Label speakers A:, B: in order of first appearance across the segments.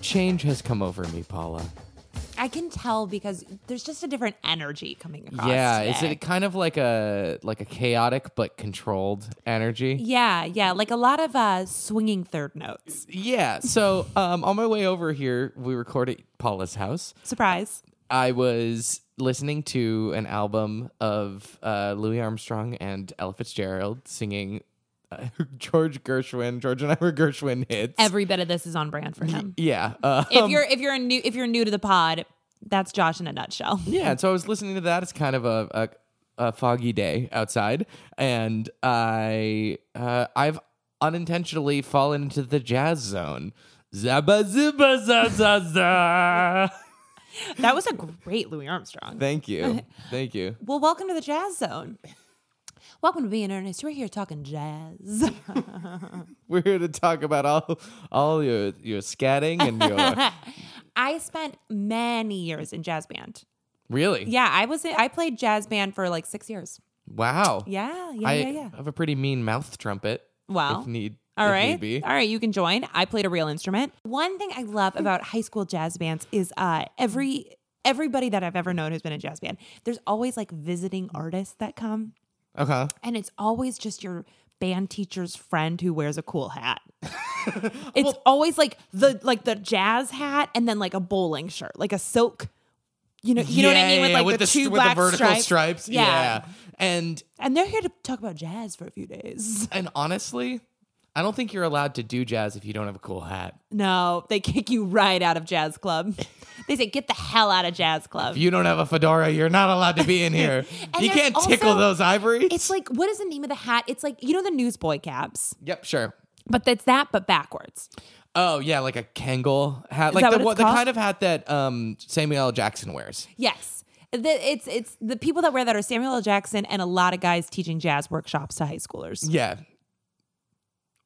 A: change has come over me, Paula.
B: I can tell because there's just a different energy coming across.
A: yeah,
B: today.
A: is it kind of like a like a chaotic but controlled energy?
B: Yeah, yeah, like a lot of uh, swinging third notes.
A: Yeah. So um, on my way over here, we record at Paula's house.
B: Surprise!
A: I was listening to an album of uh, Louis Armstrong and Ella Fitzgerald singing uh, George Gershwin, George and I were Gershwin hits.
B: Every bit of this is on brand for him.
A: yeah. Uh,
B: If you're if you're a new if you're new to the pod, that's Josh in a nutshell.
A: Yeah, and so I was listening to that. It's kind of a a, a foggy day outside, and I uh, I've unintentionally fallen into the jazz zone. Zaba zuba za za za.
B: That was a great Louis Armstrong.
A: Thank you, thank you.
B: Well, welcome to the Jazz Zone. Welcome to Being Earnest. We're here talking jazz.
A: We're here to talk about all all your your scatting and your
B: I spent many years in jazz band.
A: really
B: Yeah, I was I played jazz band for like six years.
A: wow.
B: Yeah, yeah,
A: I uh,
B: yeah, yeah.
A: have a pretty mean mouth trumpet.
B: Wow.
A: if need
B: All
A: if
B: right.
A: need be.
B: All right, you can join. I played a real instrument. One thing I love about high school jazz bands is uh every everybody that I've ever known who's been in jazz band, there's always like visiting artists that come
A: okay.
B: and it's always just your band teacher's friend who wears a cool hat. it's always like the like the jazz hat and then like a bowling shirt, like a silk you know, you know what I mean
A: Yeah,
B: with
A: yeah,
B: like the,
A: s-
B: two
A: with
B: black
A: the vertical
B: stripes.
A: stripes. yeah, and
B: And they're here to talk about jazz for a few days.
A: And honestly, I don't think you're allowed to do jazz if you don't have a cool hat.
B: No, they kick you right out of jazz club. they say, get the hell out of jazz club.
A: If you don't have a fedora, you're not allowed to be in here.
B: And
A: you
B: there's
A: can't tickle
B: also-
A: those ivories.
B: it's like, what is the name of the hat? It's like, you know, the newsboy caps,
A: yep, sure.
B: but that's that, but backwards.
A: Oh yeah, like a Kangol hat,
B: that
A: like the
B: what
A: one-
B: it's
A: the
B: called?
A: kind of hat that um, Samuel L. Jackson wears.
B: Yes. The, it's it's the people that wear that are Samuel L. Jackson and a lot of guys teaching jazz workshops to high schoolers.
A: Yeah.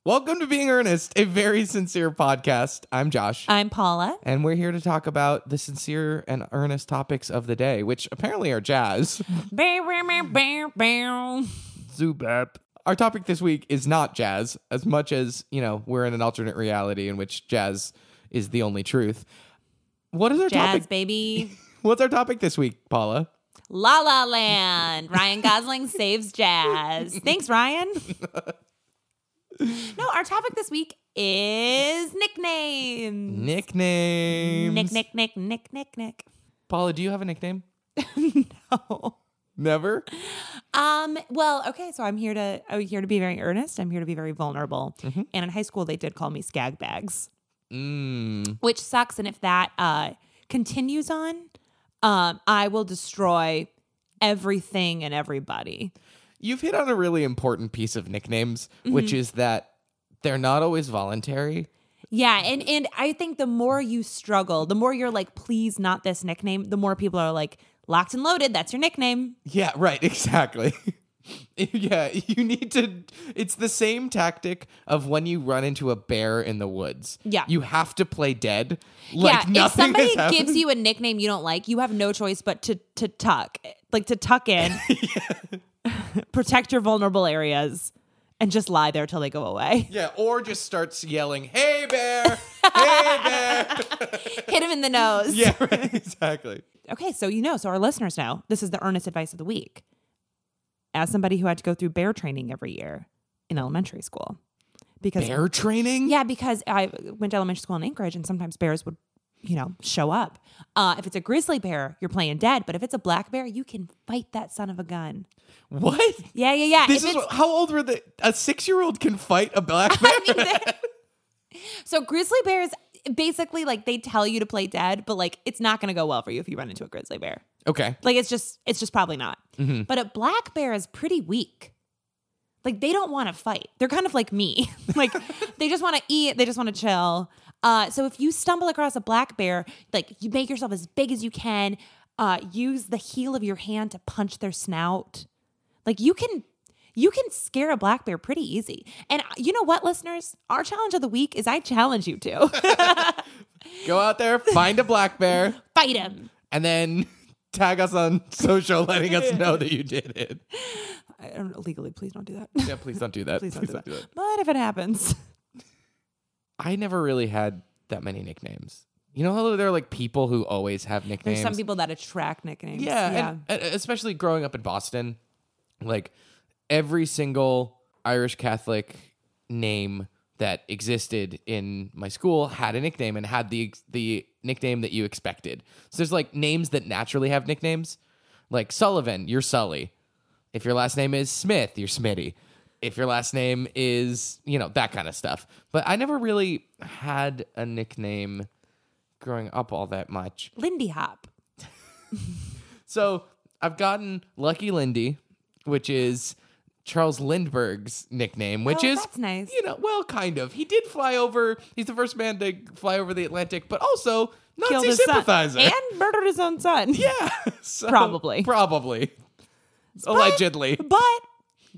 A: Welcome to Being Earnest, a very sincere podcast. I'm Josh.
B: I'm Paula.
A: and we're here to talk about the sincere and earnest topics of the day, which apparently are jazz.
B: Bow, bow, bow, bow, bow.
A: Zubap. Our topic this week is not jazz, as much as, you know, we're in an alternate reality in which jazz is the only truth. What is our
B: Jazz
A: topic?
B: baby.
A: What's our topic this week, Paula?
B: La La Land. Ryan Gosling saves jazz. Thanks, Ryan. No, our topic this week is nicknames.
A: Nicknames.
B: Nick, nick, nick, nick, nick, nick.
A: Paula, do you have a nickname?
B: Oh.
A: Never.
B: Um, well, okay, so I'm here to I'm here to be very earnest. I'm here to be very vulnerable. And in high school they did call me scag bags,
A: Mm.
B: which sucks. And if that uh continues on, um, I will destroy everything and everybody.
A: You've hit on a really important piece of nicknames,
B: Mm-hmm.
A: which is that they're not always voluntary.
B: Yeah, and and I think the more you struggle, the more you're like, please not this nickname, the more people are like, locked and loaded, that's your nickname.
A: Yeah, right, exactly. yeah, you need to it's the same tactic of when you run into a bear in the woods.
B: Yeah.
A: You have to play dead. Like
B: yeah,
A: nothing
B: if somebody
A: has happened.
B: gives you a nickname you don't like, you have no choice but to to tuck, like to tuck in, protect your vulnerable areas, and just lie there till they go away.
A: Yeah, or just starts yelling, Hey bear! hey bear.
B: Hit him in the nose.
A: Yeah, right, exactly.
B: Okay, so you know, so our listeners know this is the earnest advice of the week. As somebody who had to go through bear training every year in elementary school, because
A: Bear training?
B: Yeah, because I went to elementary school in Anchorage, and sometimes bears would, you know, show up. Uh, if it's a grizzly bear, you're playing dead. But if it's a black bear, you can fight that son of a gun.
A: What?
B: Yeah, yeah, yeah.
A: This
B: If
A: is
B: it's-
A: how old were the a six year old can fight a black bear?
B: I mean, they- so grizzly bears basically like they tell you to play dead, but like it's not going to go well for you if you run into a grizzly bear.
A: okay.
B: Like it's just it's just probably not. But a black bear is pretty weak. Like they don't want to fight. They're kind of like me. like they just want to eat. They just want to chill. Uh, so if you stumble across a black bear, like you make yourself as big as you can. Uh, use the heel of your hand to punch their snout. Like you can. You can scare a black bear pretty easy. And uh, you know what, listeners? Our challenge of the week is I challenge you to
A: Go out there, find a black bear,
B: fight him.
A: and then tag us on social letting us know that you did it.
B: I don't know, legally, please don't do that.
A: Yeah, please don't do that.
B: please don't do that. But if it happens.
A: I never really had that many nicknames. You know how there are like people who always have
B: There's
A: nicknames.
B: some people that attract nicknames.
A: Yeah, and- and especially growing up in Boston, like every single Irish Catholic name that existed in my school had a nickname and had the the nickname that you expected. So there's like names that naturally have nicknames, like Sullivan, you're Sully. If your last name is Smith, you're Smitty. If your last name is, you know, that kind of stuff. But I never really had a nickname growing up all that much.
B: Lindy Hop.
A: So I've gotten Lucky Lindy, which is Charles Lindbergh's nickname, which
B: Oh,
A: is
B: that's nice.
A: You know, well, kind of. He did fly over. He's the first man to fly over the Atlantic, but also
B: Killed
A: Nazi
B: his
A: sympathizer.
B: son and murdered his own son.
A: yeah, So-
B: Probably.
A: probably, allegedly.
B: but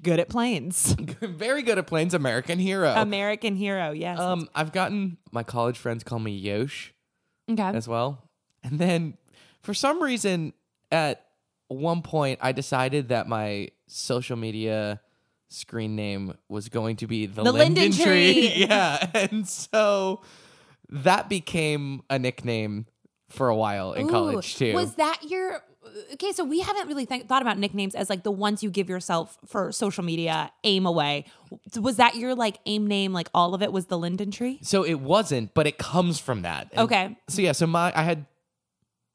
B: good at planes.
A: Very good at planes. American hero.
B: American hero. Yes.
A: um, I've gotten my college friends call me Yosh.
B: okay.
A: as well. And then for some reason, at one point, I decided that my social media screen name was going to be the,
B: The
A: Linden, Tree.
B: Linden Tree.
A: yeah. And so that became a nickname for a while in
B: Ooh,
A: college, too.
B: Was that your okay? So we haven't really think thought about nicknames as like the ones you give yourself for social media. Aim away. Was that your like aim name? Like all of it was the Linden tree.
A: so it wasn't, but it comes from that. And
B: Okay.
A: So yeah, so my I had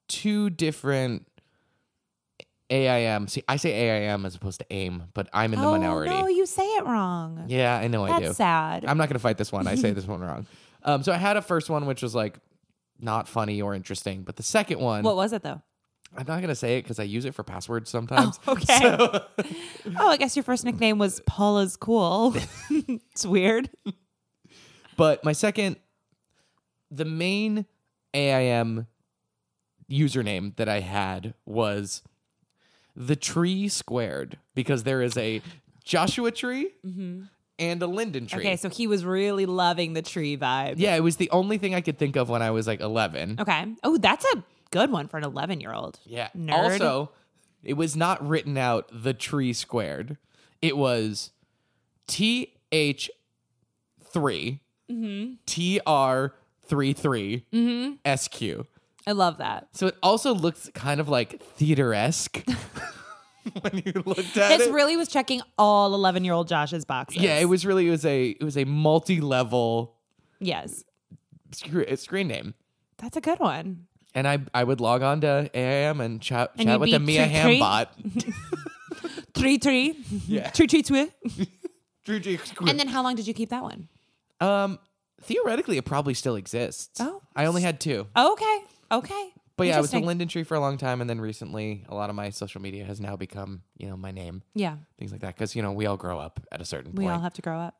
A: two different AIM. See, I say AIM as opposed to AIM, but I'm in the
B: oh
A: minority.
B: no, you say it wrong.
A: Yeah, I know I do.
B: That's sad.
A: I'm not going to fight this one. I say this one wrong. Um, so I had a first one which was like not funny or interesting, but the second one,
B: what was it though?
A: I'm not going to say it because I use it for passwords sometimes.
B: okay.
A: So-
B: Oh, I guess your first nickname was Paula's cool. it's weird.
A: but my second, the main AIM username that I had was the tree squared because there is a Joshua tree
B: Mm-hmm.
A: and a Linden tree.
B: Okay, so he was really loving the tree vibe.
A: yeah, it was the only thing I could think of when I was like 11.
B: Okay. Oh, that's a good one for an 11 year old.
A: Yeah.
B: Nerd.
A: Also, it was not written out the tree squared. It was T H three
B: Mm-hmm.
A: T R three three S Q.
B: I love that.
A: So it also looks kind of like theater esque when you looked at
B: This
A: it.
B: really was checking all 11 year old Josh's boxes.
A: yeah, it was really it was a it was a multi level
B: Yes.
A: screen name.
B: That's a good one.
A: And I, I would log on to AIM and chat,
B: And
A: chat
B: you'd
A: with the
B: be
A: Mia
B: tree- tree?
A: Hambot.
B: Three, three.
A: Yeah.
B: Three, three, three.
A: Tree- tree-
B: And then how long did you keep that one?
A: Um, theoretically, it probably still exists.
B: Oh.
A: I only had two,
B: Okay. Okay.
A: but yeah, I was the
B: Interesting.
A: Linden Tree for a long time, and then recently, a lot of my social media has now become, you know, my name,
B: Yeah.
A: things like that, because you know we all grow up at a certain
B: We
A: point.
B: all have to grow up.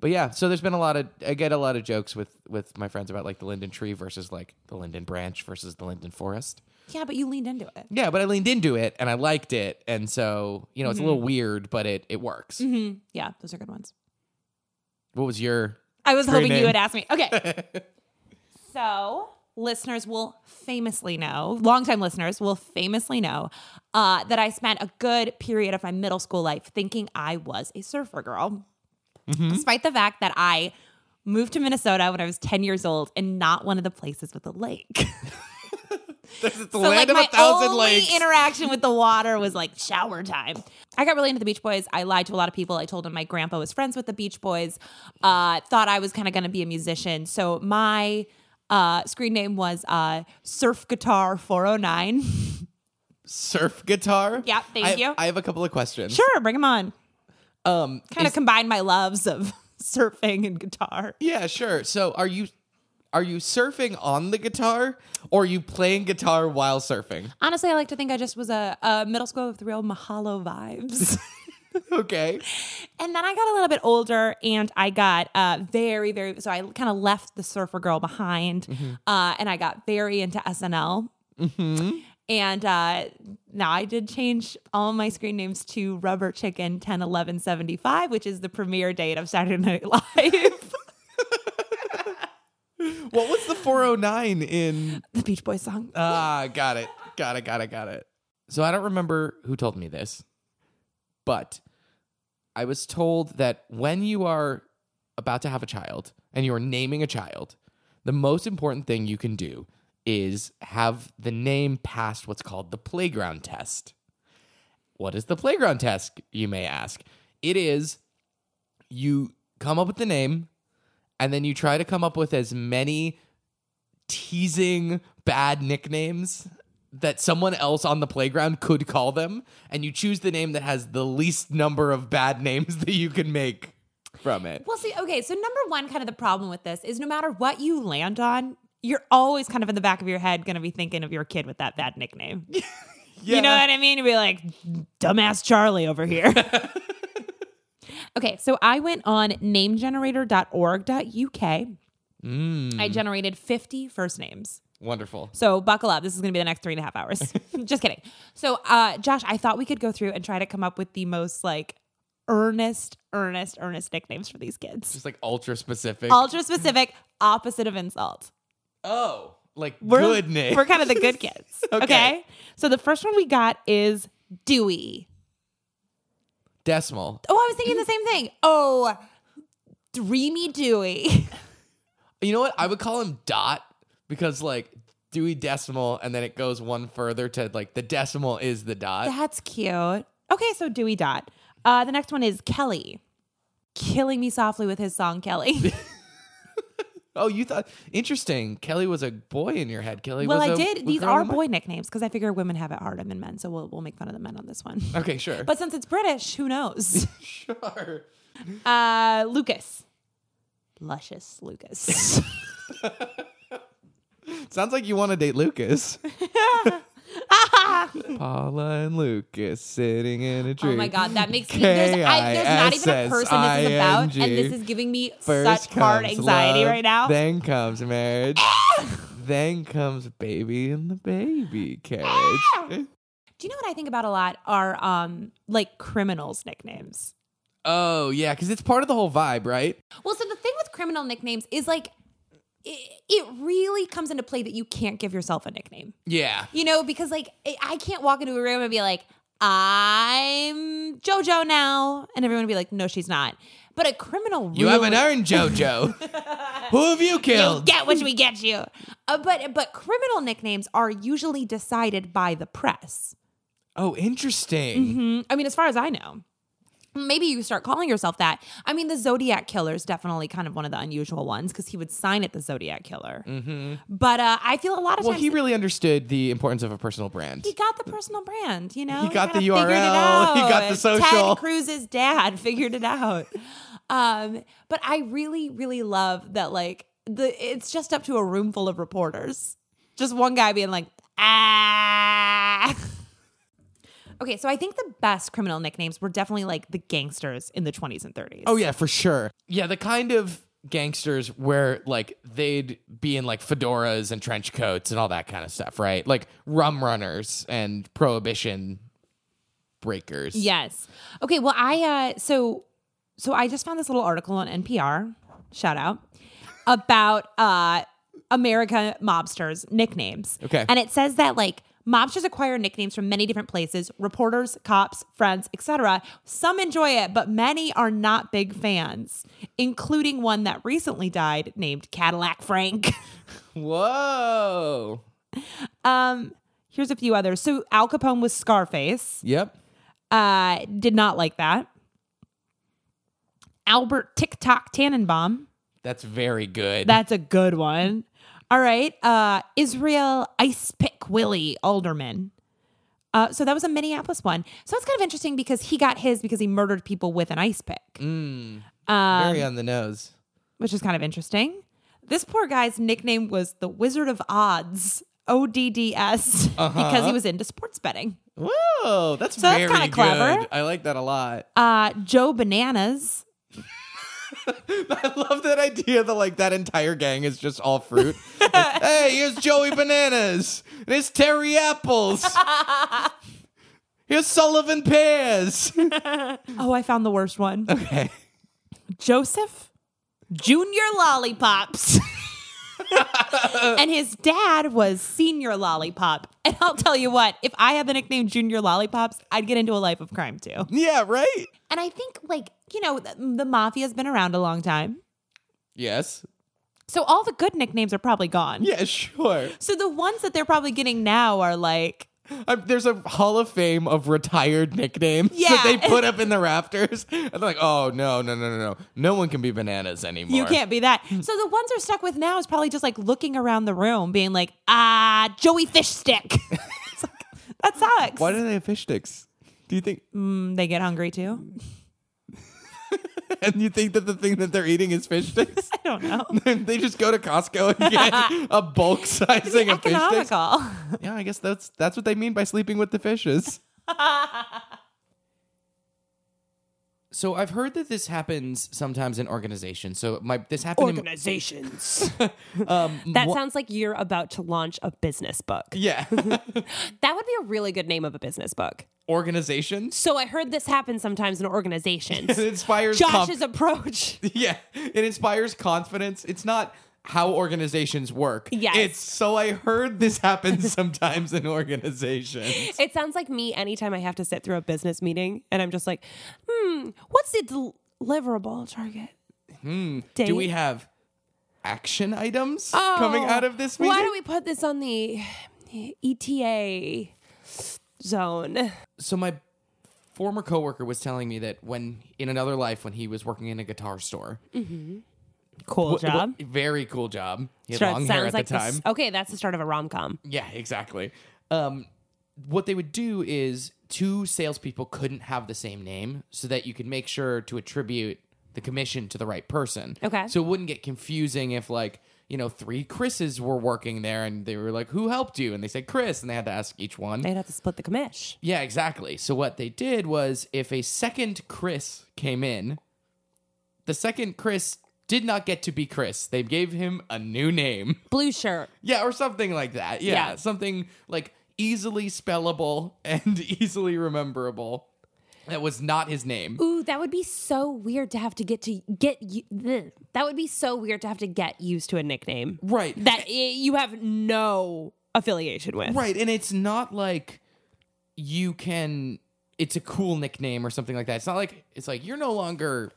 A: but yeah, so there's been a lot of I get a lot of jokes with with my friends about like the Linden Tree versus like the Linden Branch versus the Linden Forest.
B: Yeah, but you leaned into it.
A: Yeah, but I leaned into it and I liked it, and so you know it's a little weird, but it it works.
B: Mm-hmm. Yeah, those are good ones.
A: What was your
B: I was
A: Screen
B: hoping
A: name.
B: you would ask me. Okay. so listeners will famously know, longtime listeners will famously know uh, that I spent a good period of my middle school life thinking I was a surfer girl, despite the fact that I moved to Minnesota when I was 10 years old and not one of the places with a lake.
A: the
B: So
A: land
B: like
A: of
B: my
A: a thousand
B: only
A: lakes?
B: interaction with the water was like shower time. I got really into the Beach Boys. I lied to a lot of people. I told them my grandpa was friends with the Beach Boys. Uh, thought I was kind of going to be a musician. So my uh, screen name was uh, Surf Guitar 409.
A: Surf guitar.
B: Yeah, thank
A: I have-
B: you.
A: I have a couple of questions.
B: sure, bring them on.
A: Um,
B: Kind of combined my loves of surfing and guitar.
A: Yeah, sure. So are you are you surfing on the guitar or are you playing guitar while surfing?
B: Honestly, I like to think I just was a, a middle school with real Mahalo vibes.
A: Okay.
B: And then I got a little bit older and I got uh, very, very, so I kind of left the surfer girl behind uh, and I got very into SNL. Mm-hmm. And uh, now I did change all my screen names to Rubber Chicken 10 11 75, which is the premiere date of Saturday Night Live,
A: What was the 409 in
B: the Beach Boys song.
A: Ah, got it. Got it, got it, got it. So I don't remember who told me this, but I was told that when you are about to have a child and you are naming a child, the most important thing you can do is have the name past what's called the playground test. What is the playground test, you may ask? It is you come up with the name and then you try to come up with as many teasing bad nicknames that someone else on the playground could call them and you choose the name that has the least number of bad names that you can make from it.
B: Well, see, okay, so number one, kind of the problem with this is no matter what you land on, you're always kind of in the back of your head going to be thinking of your kid with that bad nickname. You know what I mean? You'd be like, dumbass Charlie over here. okay, so I went on namegenerator.org.uk.
A: Mm,
B: I generated 50 first names.
A: wonderful.
B: So buckle up. This is going to be the next three and a half hours. Just kidding. So, uh, Josh, I thought we could go through and try to come up with the most like earnest, earnest, earnest nicknames for these kids.
A: Just like ultra specific.
B: Ultra specific, opposite of insult.
A: oh, like
B: We're,
A: good name.
B: We're kind of the good kids. okay.
A: Okay.
B: So the first one we got is Dewey.
A: Decimal.
B: Oh, I was thinking the same thing. Oh, Dreamy Dewey.
A: You know what? I would call him Dot because like Dewey Decimal, and then it goes one further to like the decimal is the dot.
B: That's cute. Okay, so Dewey Dot. Uh, the next one is Kelly. Killing me softly with his song, Kelly.
A: oh, you thought interesting. Kelly was a boy in your head. Kelly.
B: Well,
A: was
B: I
A: a-
B: did.
A: was
B: These
A: girl
B: are
A: in my-
B: boy nicknames because I figure women have it harder than men, so we'll we'll make fun of the men on this one.
A: Okay, sure.
B: But since it's British, who knows?
A: sure.
B: Uh, Lucas, luscious Lucas.
A: Sounds like you want to date Lucas. Paula and Lucas sitting in a tree.
B: oh my god, that makes me. There's, I, there's not even a person this is about, and this
A: K-I-S-S-I-N-G.
B: is giving me
A: First
B: such hard
A: comes
B: anxiety
A: love,
B: right now.
A: Then comes marriage. then comes baby and the baby carriage.
B: Ah!
A: Eh,
B: Do you know what I think about a lot are um like criminals nicknames.
A: oh yeah, because it's part of the whole vibe, right?
B: Well, so the thing with criminal nicknames is like it, it really comes into play that you can't give yourself a nickname.
A: Yeah.
B: You know, because like I- I can't walk into a room and be like, I'm JoJo now. And everyone would be like, no, she's not. But a criminal
A: You
B: really,
A: haven't earned JoJo. Who have you
B: You'll
A: killed?
B: get what we get you. Uh, but but criminal nicknames are usually decided by the press.
A: oh, interesting.
B: Mm, I mean, as far as I know. Maybe you start calling yourself that. I mean, the Zodiac Killer is definitely kind of one of the unusual ones because he would sign it the Zodiac Killer. But uh, I feel a lot
A: Mm-hmm.
B: of
A: Well,
B: times
A: he really understood the importance of a personal brand.
B: he got the personal brand, you know.
A: He got the
B: kinda figured it
A: URL. He got the
B: out.
A: social.
B: Ted Cruz's dad figured it out. um, but I really, really love that. Like the, it's just up to a room full of reporters. Just one guy being like, ah. okay, so I think the best criminal nicknames were definitely like the gangsters in the 20s and 30s.
A: Oh yeah, for sure. Yeah, the kind of gangsters where like they'd be in like fedoras and trench coats and all that kind of stuff, right? Like rum runners and prohibition breakers.
B: Yes. Okay. Well, I uh, so so I just found this little article on NPR. Shout out about uh, America mobsters nicknames.
A: Okay.
B: And it says that like mobsters acquire nicknames from many different places: reporters, cops, friends, etc. Some enjoy it, but many are not big fans, including one that recently died named Cadillac Frank.
A: Whoa.
B: um, here's a few others. So Al Capone was Scarface.
A: Yep.
B: uh, did not like that. Albert TikTok Tannenbaum.
A: That's very good.
B: That's a good one. All right. Uh, Israel Ice Pick Willie Alderman. Uh, so that was a Minneapolis one. So it's kind of interesting because he got his because he murdered people with an ice pick,
A: Mm,
B: uh,
A: very on the nose.
B: which is kind of interesting. This poor guy's nickname was the Wizard of Odds, ODDS, because he was into sports betting.
A: Whoa, that's
B: So that's
A: very
B: kinda
A: good.
B: clever.
A: I like that a lot.
B: Uh, Joe Bananas.
A: I love that idea that like that entire gang is just all fruit. Like, hey, here's Joey Bananas. And here's Terry Apples. here's Sullivan Pears.
B: Oh, I found the worst one.
A: Okay.
B: Joseph Junior Lollipops. and his dad was Senior Lollipop. And I'll tell you what, if I had the nickname Junior Lollipops, I'd get into a life of crime too.
A: Yeah, right?
B: And I think, like, you know, the, the mafia's been around a long time.
A: Yes.
C: So all the good nicknames are probably gone.
A: Yeah, sure.
C: So the ones that they're probably getting now are like,
A: Um, there's a Hall of Fame of retired nicknames that
C: Yeah.
A: they put up in the rafters, and they're like, "Oh no, no, no, no, no! No one can be bananas anymore."
C: you can't be that. So the ones they're stuck with now is probably just like looking around the room, being like, ah, Joey Fish Stick. It's like, that sucks.
A: Why do they have fish sticks? Do you think?
C: Mm, they get hungry too.
A: And you think that the thing that they're eating is fish sticks?
C: I don't know.
A: they just go to Costco and get a bulk sizing of fish sticks.
C: Economical.
A: Yeah, I guess that's that's what they mean by sleeping with the fishes. so I've heard that this happens sometimes in organizations. So my this happened in
B: Organizations.
A: um,
B: that
A: wha-
B: sounds like you're about to launch a business book.
A: yeah
B: That would be a really good name of a business book.
A: organizations.
B: So I heard this happens sometimes in
A: It
B: organizations.
A: inspires conf-
B: Josh's approach.
A: yeah, it inspires confidence. It's not how organizations work.
B: Yes.
A: It's so I heard this happens sometimes in organizations.
B: It sounds like me anytime I have to sit through a business meeting and I'm just like, hmm, what's the deliverable target? Hmm.
A: Do we have action items coming out of this meeting?
B: Oh, Why do we put this on the ETA zone?
A: so my former coworker was telling me that when in another life when he was working in a guitar store
B: Cool
A: W- w- very cool job he had
B: Sure, it
A: long hair
B: sounds
A: at
B: like
A: the time
B: s- okay, that's the start of a rom com.
A: yeah exactly um, what they would do is two salespeople couldn't have the same name so that you could make sure to attribute the commission to the right person
B: Okay.
A: so it wouldn't get confusing if like you know three chris's were working there and they were like who helped you and they said chris and they had to ask each one
B: They'd have to split the commish.
A: Yeah, exactly. So what they did was if a second Chris came in, the second Chris did not get to be Chris. They gave him a new name.
B: Blue shirt.
A: Yeah, or something like that. Yeah,
B: Yeah.
A: something like easily spellable and easily rememberable. That was not his name.
B: Ooh, that would be so weird to have to get to get you. bleh. That would be so weird to have to get used to a nickname
A: Right.
B: that i- you have no affiliation with.
A: Right, and it's not like you can. It's a cool nickname or something like that. It's not like it's like you're no longer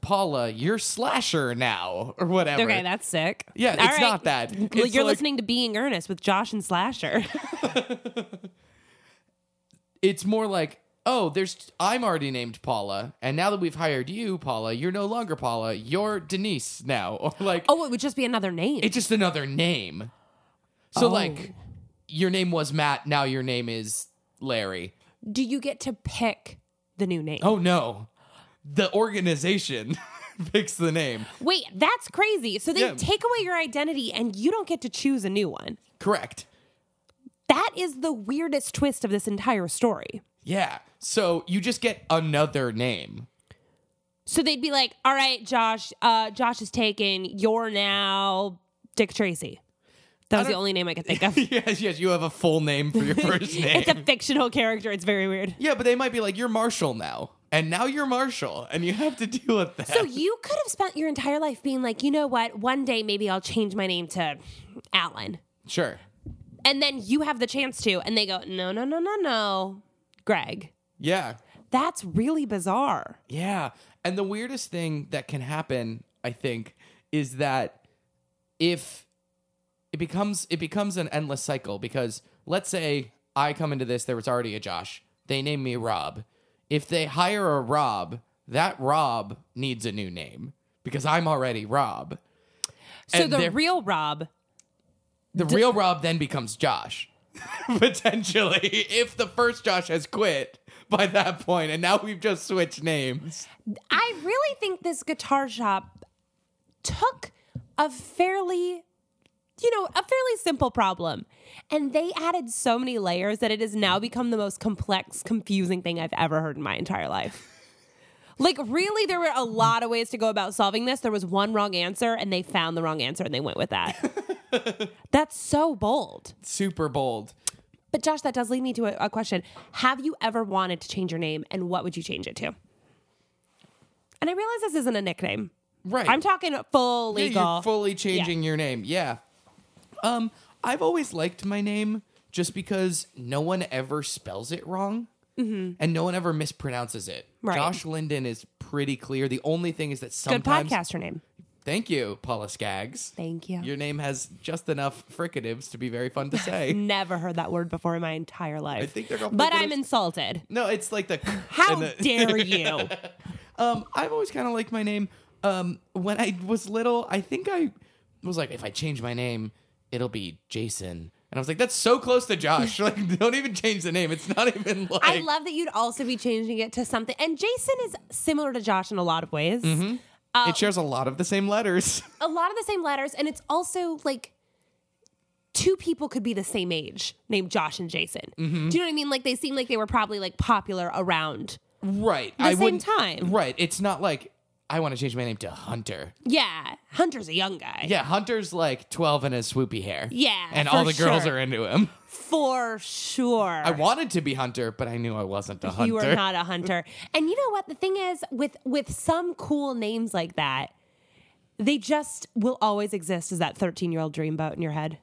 A: Paula. You're Slasher now, or whatever.
B: Okay, that's sick.
A: Yeah, it's
B: All right.
A: not that.
B: L-
A: It's
B: You're
A: like-
B: listening to Being Earnest with Josh and Slasher.
A: It's more like, oh, there's I'm already named Paula, and now that we've hired you, Paula, you're no longer Paula. You're Denise now, or like
B: oh, it would just be another name.
A: it's just another name. So
B: Oh.
A: like, your name was Matt. Now your name is Larry.
B: Do you get to pick the new name?
A: Oh no, the organization picks the name.
B: Wait, that's crazy. So they
A: Yeah.
B: take away your identity and you don't get to choose a new one.
A: Correct.
B: That is the weirdest twist of this entire story.
A: Yeah. So you just get another name.
B: So they'd be like, "All right, Josh, uh, Josh is taken. You're now Dick Tracy." That was the
A: don't-
B: only name I could think of.
A: yes, yes. You have a full name for your first name.
B: it's a fictional character. It's very weird.
A: Yeah, but they might be like, you're Marshall now. And now you're Marshall, and you have to deal with that.
B: So you could have spent your entire life being like, "You know what? One day maybe I'll change my name to Alan."
A: sure.
B: And then you have the chance to, and they go, "No, no, no, no, no, Greg."
A: Yeah.
B: That's really bizarre.
A: Yeah. And the weirdest thing that can happen, I think, is that if it becomes it becomes an endless cycle because let's say I come into this, there was already a Josh. They name me Rob. If they hire a Rob, that Rob needs a new name because I'm already Rob.
B: So
A: And
B: the
A: they're-
B: real Rob
A: The real Rob then becomes Josh, potentially, if the first Josh has quit by that point, and now we've just switched names.
B: I really think this guitar shop took a fairly you know, a fairly simple problem. And they added so many layers that it has now become the most complex, confusing thing I've ever heard in my entire life. Like, really, there were a lot of ways to go about solving this. There was one wrong answer, and they found the wrong answer and they went with that. That's so bold.
A: Super bold.
B: But, Josh, that does lead me to a, a question. Have you ever wanted to change your name, and what would you change it to? And I realize this isn't a nickname.
A: Right.
B: I'm talking full
A: Yeah,
B: legal.
A: You're fully changing your name. Yeah. Um, I've always liked my name just because no one ever spells it wrong and no one ever mispronounces it.
B: Mm-hmm. Right.
A: Josh Linden is pretty clear. The only thing is that
B: Good
A: sometimes
B: podcaster name.
A: Thank you, Paula Skaggs.
B: Thank you.
A: Your name has just enough fricatives to be very fun to say.
B: Never heard that word before in my entire life.
A: I think they're called
B: but
A: fricatives.
B: I'm insulted.
A: no, it's like the.
B: How
A: and uh, the-
B: dare you?
A: Um, I've always kind of liked my name. Um, when I was little, I think I was like, if I change my name, it'll be Jason. And I was like, that's so close to Josh. like, don't even change the name. It's not even like.
B: I love that you'd also be changing it to something. And Jason is similar to Josh in a lot of ways.
A: Mm-hmm. it shares a lot of the same letters.
B: A lot of the same letters, and it's also like two people could be the same age named Josh and Jason. Do you know what I mean? Like they seem like they were probably like popular around.
A: right. The I
B: same
A: wouldn't-
B: time.
A: Right. It's not like I want to change my name to Hunter.
B: Yeah, Hunter's a young guy.
A: Yeah, Hunter's like 12 and has swoopy hair.
B: Yeah,
A: And all the
B: for
A: girls
B: sure.
A: are into him.
B: for sure.
A: I wanted to be Hunter, but I knew I wasn't a hunter.
B: You are not a hunter. And you know what? The thing is, with with some cool names like that, they just will always exist as that 13 year old dreamboat in your head.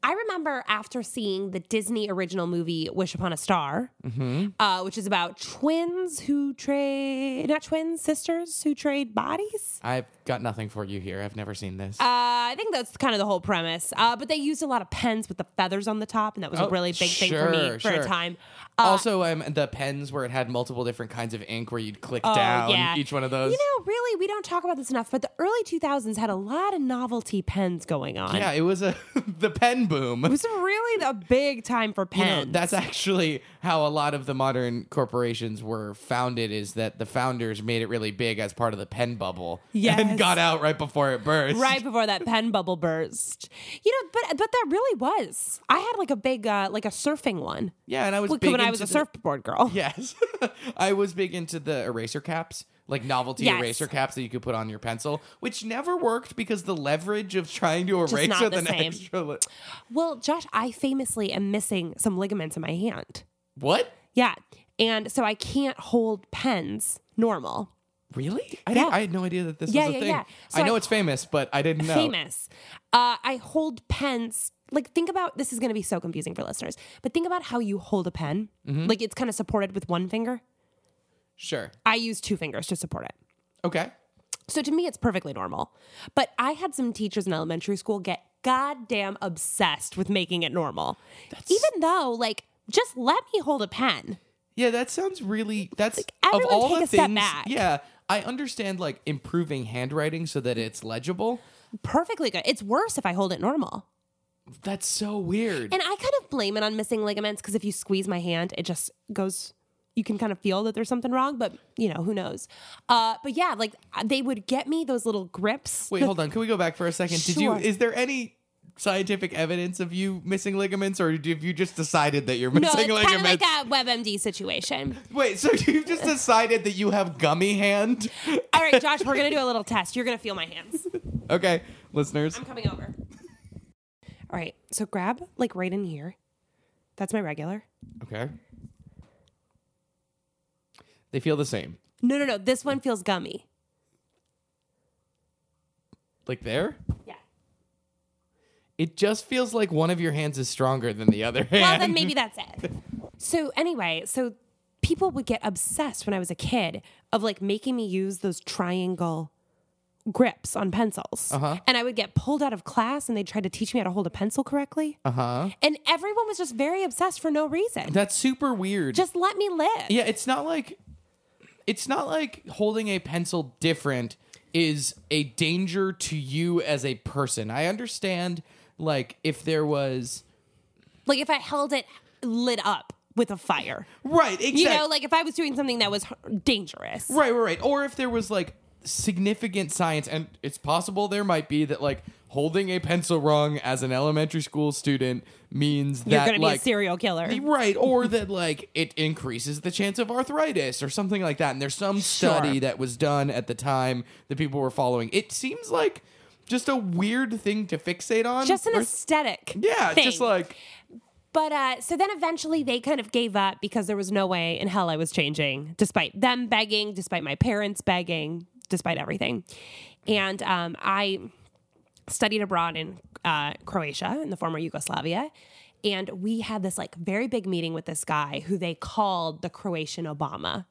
B: I remember after seeing the Disney original movie Wish Upon a Star,
A: Mm-hmm.
B: uh, which is about twins who trade, not twins, sisters who trade bodies.
A: I've got nothing for you here. I've never seen this.
B: Uh, I think that's kind of the whole premise. Uh, but they used a lot of pens with the feathers on the top, and that was
A: Oh,
B: a really big thing for me
A: sure,
B: for
A: sure.
B: a time.
A: also, um, the pens where it had multiple different kinds of ink where you'd click down
B: Oh, yeah.
A: each one of those.
B: You know, really, we don't talk about this enough, but the early 2000s had a lot of novelty pens going on.
A: yeah, it was a the pen boom.
B: It was really a big time for
A: You know,
B: pens.
A: that's actually how a lot of the modern corporations were founded is that the founders made it really big as part of the pen bubble and
B: Yes.
A: got out right before it burst.
B: right before that pen bubble burst. You know, but but that really was. I had like a big uh, like a surfing one.
A: Yeah, and I was
B: Like,
A: big
B: when I
A: into
B: was a
A: the-
B: surfboard girl.
A: Yes. I was big into the eraser caps, like novelty
B: Yes.
A: eraser caps that you could put on your pencil, which never worked because the leverage of trying to erase
B: not
A: with
B: the
A: an
B: same.
A: extra. li-
B: Well, Josh, I famously am missing some ligaments in my hand.
A: what?
B: Yeah. And so I can't hold pens normal.
A: Really? I,
B: Yeah.
A: didn't- I had no idea that this
B: Yeah,
A: was a
B: yeah,
A: thing.
B: yeah.
A: I
B: So
A: know
B: I-
A: it's famous, but I didn't know.
B: famous. Uh, I hold pens. Like, think about this is going to be so confusing for listeners, but think about how you hold a pen. Like, it's kind of supported with one finger.
A: Sure.
B: I use two fingers to support it.
A: Okay.
B: So to me, it's perfectly normal. But I had some teachers in elementary school get goddamn obsessed with making it normal. Even though, like, just let me hold a pen.
A: Yeah, that sounds really. That's of
B: everyone
A: all
B: take
A: the
B: a step
A: things.
B: back.
A: Yeah, I understand like improving handwriting so that it's legible.
B: Perfectly good. It's worse if I hold it normal.
A: That's so weird.
B: And I kind of blame it on missing ligaments because if you squeeze my hand, it just goes. You can kind of feel that there's something wrong, but you know who knows. Uh, but yeah, like they would get me those little grips.
A: Wait, hold on. Can we go back for a second? Did you?
B: Sure.
A: Is there any scientific evidence of you missing ligaments, or have you just decided that you're
B: no,
A: missing
B: it's kind of like
A: ligaments?
B: a WebMD situation.
A: Wait, so you've just decided that you have gummy hand?
B: All right, Josh, we're gonna do a little test. You're gonna feel my hands.
A: Okay, listeners.
B: I'm coming over. All right, so grab like right in here. That's my regular.
A: Okay. They feel the same.
B: No, no, no. This one feels gummy.
A: Like there,
B: Yeah.
A: it just feels like one of your hands is stronger than the other hand.
B: Well, then maybe that's it. So anyway, so people would get obsessed when I was a kid of like making me use those triangle grips on pencils,
A: Uh-huh.
B: and I would get pulled out of class, and they tried to teach me how to hold a pencil correctly,
A: Uh huh.
B: and everyone was just very obsessed for no reason.
A: That's super weird.
B: Just let me live.
A: Yeah, it's not like it's not like holding a pencil different is a danger to you as a person. I understand like if there was
B: Like if I held it lit up with a fire,
A: Right, exactly.
B: you know, like if I was doing something that was h- dangerous.
A: right, right, right. Or if there was like significant science and it's possible there might be that like holding a pencil wrong as an elementary school student means
B: You're
A: that
B: gonna be
A: like
B: a serial killer.
A: Right, or that like it increases the chance of arthritis or something like that. And there's some study that was done at the time that people were following. It seems like just a weird thing to fixate on.
B: Just an
A: Or-
B: aesthetic.
A: yeah,
B: thing.
A: just like
B: But uh, so then eventually they kind of gave up because there was no way in hell I was changing, despite them begging, despite my parents begging, despite everything. And um, I studied abroad in uh, Croatia, in the former Yugoslavia. And we had this like very big meeting with this guy who they called the Croatian Obama.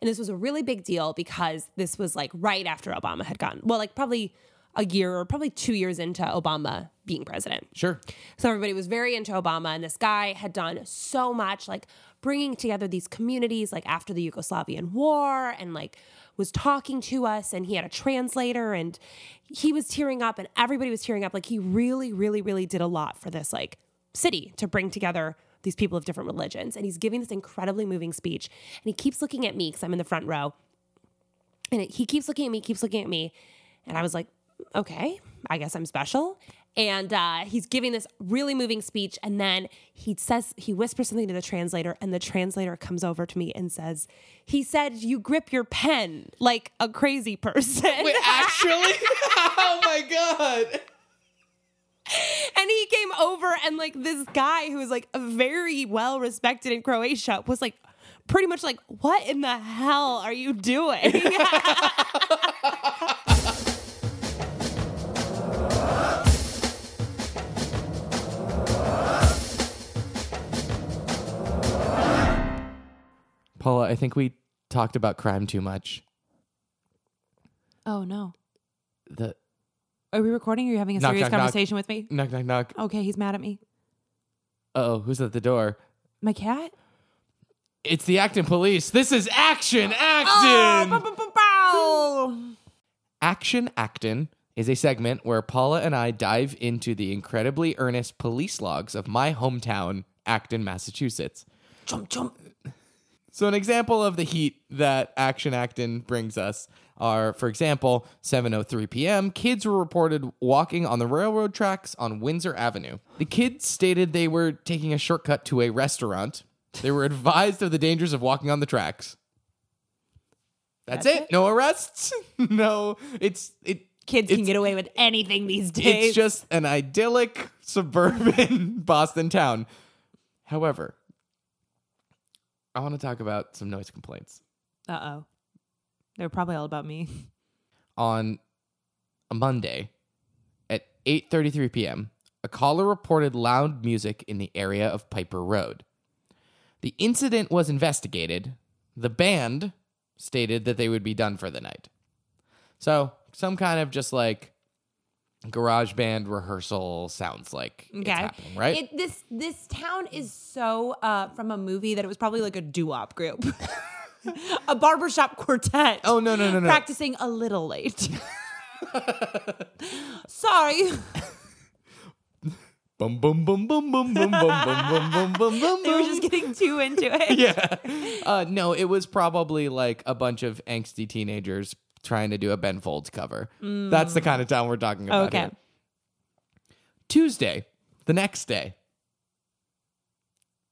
D: And this was a really big deal because this was like right after Obama had gone. Well, like probably a year or probably two years into Obama being president.
A: Sure.
D: So everybody was very into Obama, and this guy had done so much, like bringing together these communities, like after the Yugoslavian war, and like was talking to us, and he had a translator, and he was tearing up, and everybody was tearing up. Like he really, really, really did a lot for this like city to bring together these people of different religions, and he's giving this incredibly moving speech, and he keeps looking at me because I'm in the front row, and it, he keeps looking at me, keeps looking at me. And I was like, okay, I guess I'm special. And uh, he's giving this really moving speech. And then he says, he whispers something to the translator. And the translator comes over to me and says, he said, you grip your pen like a crazy person.
A: Wait, actually? oh my god.
D: and he came over and like this guy who was like very well respected in Croatia was like pretty much like what in the hell are you doing?
A: Paula, I think we talked about crime too much.
B: Oh no.
A: The
B: Are we recording? Are you having a
A: Knock,
B: serious
A: knock, knock.
B: conversation with me?
A: knock knock knock.
B: Okay, he's mad at me.
A: Oh, who's at the door?
B: My cat?
A: It's the Acton police. This is Action
B: Oh,
A: Acton.
B: bow, bow, bow, bow.
A: Action Acton is a segment where Paula and I dive into the incredibly earnest police logs of my hometown, Acton, Massachusetts.
D: Chomp, chomp.
A: So, an example of the heat that Action Acton brings us are, for example, 7:03 p.m. Kids were reported walking on the railroad tracks on Windsor Avenue. The kids stated they were taking a shortcut to a restaurant. They were advised of the dangers of walking on the tracks. That's, it. No arrests. no, it's it.
B: Kids can
A: It's-
B: get away with anything these days.
A: It's just an idyllic suburban Boston town. However, I want to talk about some noise complaints.
B: uh oh. They're probably all about me.
A: on a Monday at 8:33 p.m. A caller reported loud music in the area of Piper Road. The incident was investigated. The band stated that they would be done for the night. So, some kind of just like garage band rehearsal sounds like it's
B: Okay.
A: happening, right?
B: It, this this town is so uh, from a movie that it was probably like a doo-wop group. a barbershop quartet.
A: oh no, no, no, no.
B: Practicing a little late. Sorry.
A: Boom boom boom boom boom boom boom boom boom boom boom boom.
B: They were just getting too into it.
A: yeah. Uh, no, it was probably like a bunch of angsty teenagers trying to do a Ben Folds cover. That's the kind of town we're talking about.
B: Mm. Okay.
A: here. Tuesday, the next day,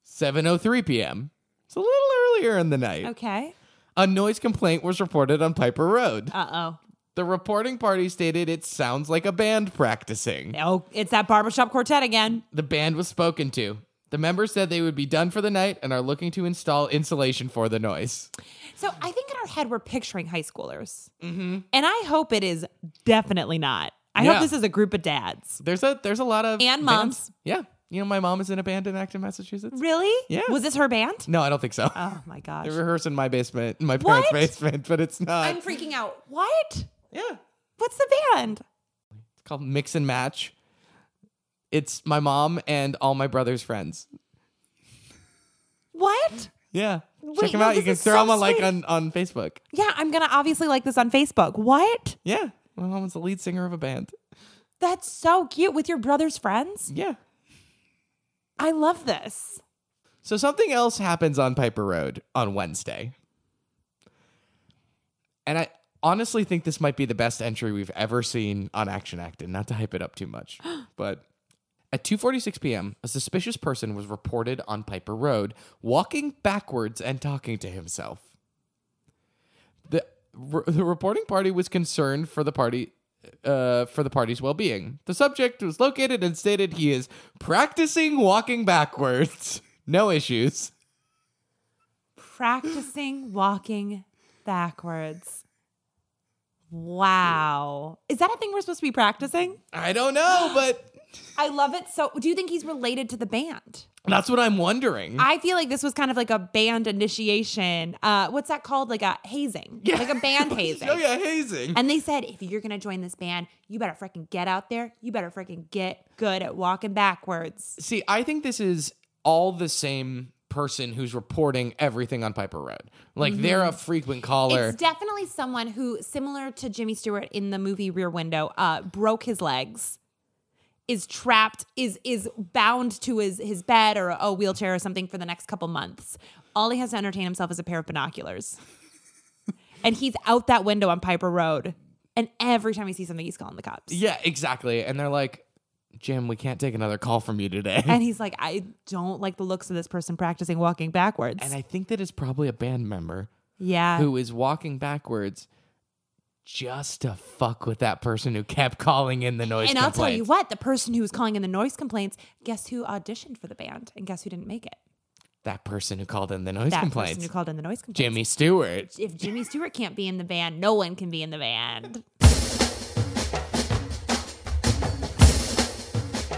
A: 7.03 p.m. It's a little earlier in the night.
B: Okay.
A: A noise complaint was reported on Piper Road.
B: Uh oh.
A: The reporting party stated it sounds like a band practicing.
B: Oh, it's that barbershop quartet again.
A: The band was spoken to. The members said they would be done for the night and are looking to install insulation for the noise.
B: So I think in our head we're picturing high schoolers, mm-hmm. and I hope it is definitely not. I
A: Yeah.
B: hope this is a group of dads.
A: There's a there's a lot of bands.
B: And moms.
A: Yeah, you know my mom is in a band in Acton, Massachusetts.
B: Really?
A: Yeah.
B: Was this her band?
A: No, I don't think so.
B: Oh my gosh.
A: they rehearse in my basement, in my parents'
B: What?
A: basement, but it's not.
B: I'm freaking out. What?
A: yeah, it's
B: What's the band?
A: called Mix and Match. It's my mom and all my brother's friends.
B: What?
A: Yeah, check
B: Wait,
A: them
B: no,
A: out. You
B: this
A: can
B: is
A: throw
B: so
A: them a like
B: sweet.
A: on on Facebook.
B: Yeah, I'm gonna obviously like this on Facebook. What?
A: Yeah, my mom's the lead singer of a band.
B: That's so cute with your brother's friends.
A: Yeah.
B: I love this.
A: So something else happens on Piper Road on Wednesday. And I honestly think this might be the best entry we've ever seen on Action Acton, not to hype it up too much. But at 2:46 p.m., a suspicious person was reported on Piper Road walking backwards and talking to himself. The r- the reporting party was concerned for the party uh, for the party's well-being. The subject was located and stated he is practicing walking backwards. No issues.
B: Practicing walking backwards. Wow. Is that a thing we're supposed to be practicing?
A: I don't know, but
E: I love it so. Do you think he's related to the band?
A: That's what I'm wondering.
E: I feel like this was kind of like a band initiation. Uh, what's that called? Like a hazing, like a band hazing.
A: oh yeah, hazing.
E: And they said, if you're gonna join this band, you better freaking get out there. You better freaking get good at walking backwards.
A: See, I think this is all the same person who's reporting everything on Piper Road. Like they're a frequent caller.
E: Mm-hmm. It's definitely someone who, similar to Jimmy Stewart in the movie Rear Window, uh, broke his legs, is trapped, is is bound to his his bed or a wheelchair or something for the next couple months. All he has to entertain himself is a pair of binoculars, and he's out that window on Piper Road. And every time he sees something, he's calling the cops.
A: yeah, exactly. And they're like, Jim, we can't take another call from you today.
E: And he's like, I don't like the looks of this person practicing walking backwards.
A: and I think that it's probably a band member
E: yeah.
A: who is walking backwards just to fuck with that person who kept calling in the noise.
E: and I'll tell you
A: complaints.
E: what, the person who was calling in the noise complaints, guess who auditioned for the band and guess who didn't make it?
A: that person who called in the noise
E: That person
A: complaints.
E: who called in the noise complaints.
A: Jimmy Stewart.
E: If Jimmy Stewart can't be in the band, no one can be in the band.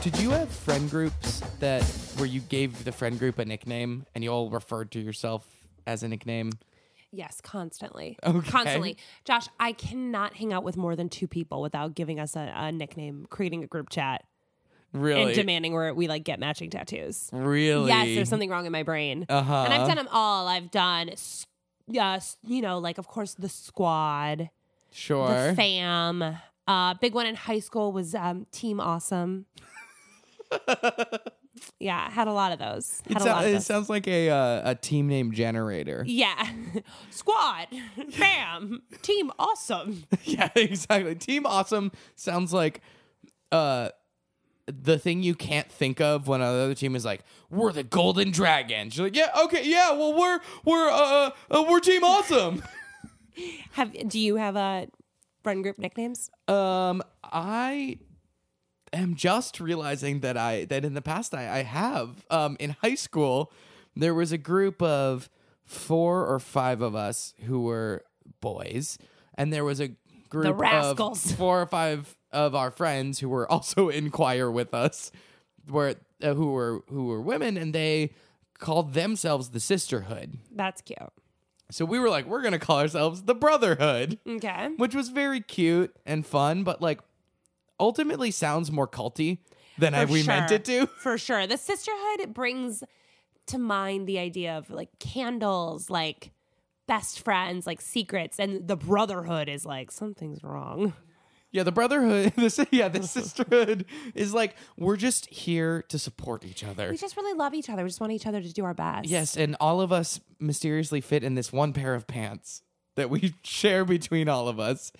A: Did you have friend groups that where you gave the friend group a nickname and you all referred to yourself as a nickname?
B: Yes, constantly.
A: Okay.
B: Constantly. Josh, I cannot hang out with more than two people without giving us a, a nickname, creating a group chat,
A: Really?
B: and demanding where we like get matching tattoos.
A: Really?
B: Yes, there's something wrong in my brain.
A: Uh-huh.
B: And I've done them all. I've done, s- uh, s- you know, like, of course, the squad,
A: Sure.
B: the fam. Uh, big one in high school was um, Team Awesome. yeah, I had a lot of those. Had
A: it,
B: a
A: so-
B: lot of
A: it
B: those.
A: sounds like a uh, a team name generator.
B: yeah. squad, fam, Team Awesome.
A: yeah, exactly. Team Awesome sounds like uh the thing you can't think of when another team is like, "We're the Golden Dragons." You're like, "Yeah, okay, yeah. Well, we're we're uh, uh we're Team Awesome."
B: Have do you have a friend group nicknames?
A: Um, I am just realizing that I that in the past I, I have. Um, in high school, there was a group of four or five of us who were boys, and there was a group
B: Rascals.
A: of four or five of our friends who were also in choir with us, were uh, who were who were women, and they called themselves the sisterhood.
B: That's cute.
A: So we were like, we're gonna call ourselves the brotherhood
B: Okay.
A: which was very cute and fun, but like ultimately sounds more culty than I,
B: For
A: we meant
B: sure.
A: it to.
B: For sure. The sisterhood brings to mind the idea of like candles, like best friends, like secrets, and the brotherhood is like something's wrong.
A: Yeah, the brotherhood, this yeah, the sisterhood is like we're just here to support each other.
B: We just really love each other. We just want each other to do our best.
A: Yes, and all of us mysteriously fit in this one pair of pants that we share between all of us.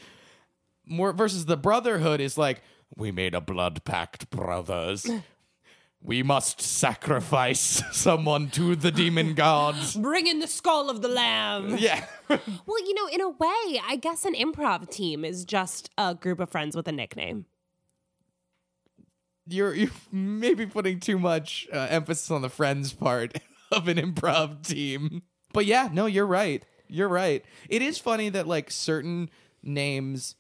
A: More versus the brotherhood is like we made a blood pact, brothers. we must sacrifice someone to the demon gods.
B: Bring in the skull of the lamb.
A: Yeah.
B: Well, you know, in a way, I guess an improv team is just a group of friends with a nickname.
A: you're, you're maybe putting too much uh, emphasis on the friends part of an improv team. But yeah, no, you're right. You're right. It is funny that like certain names,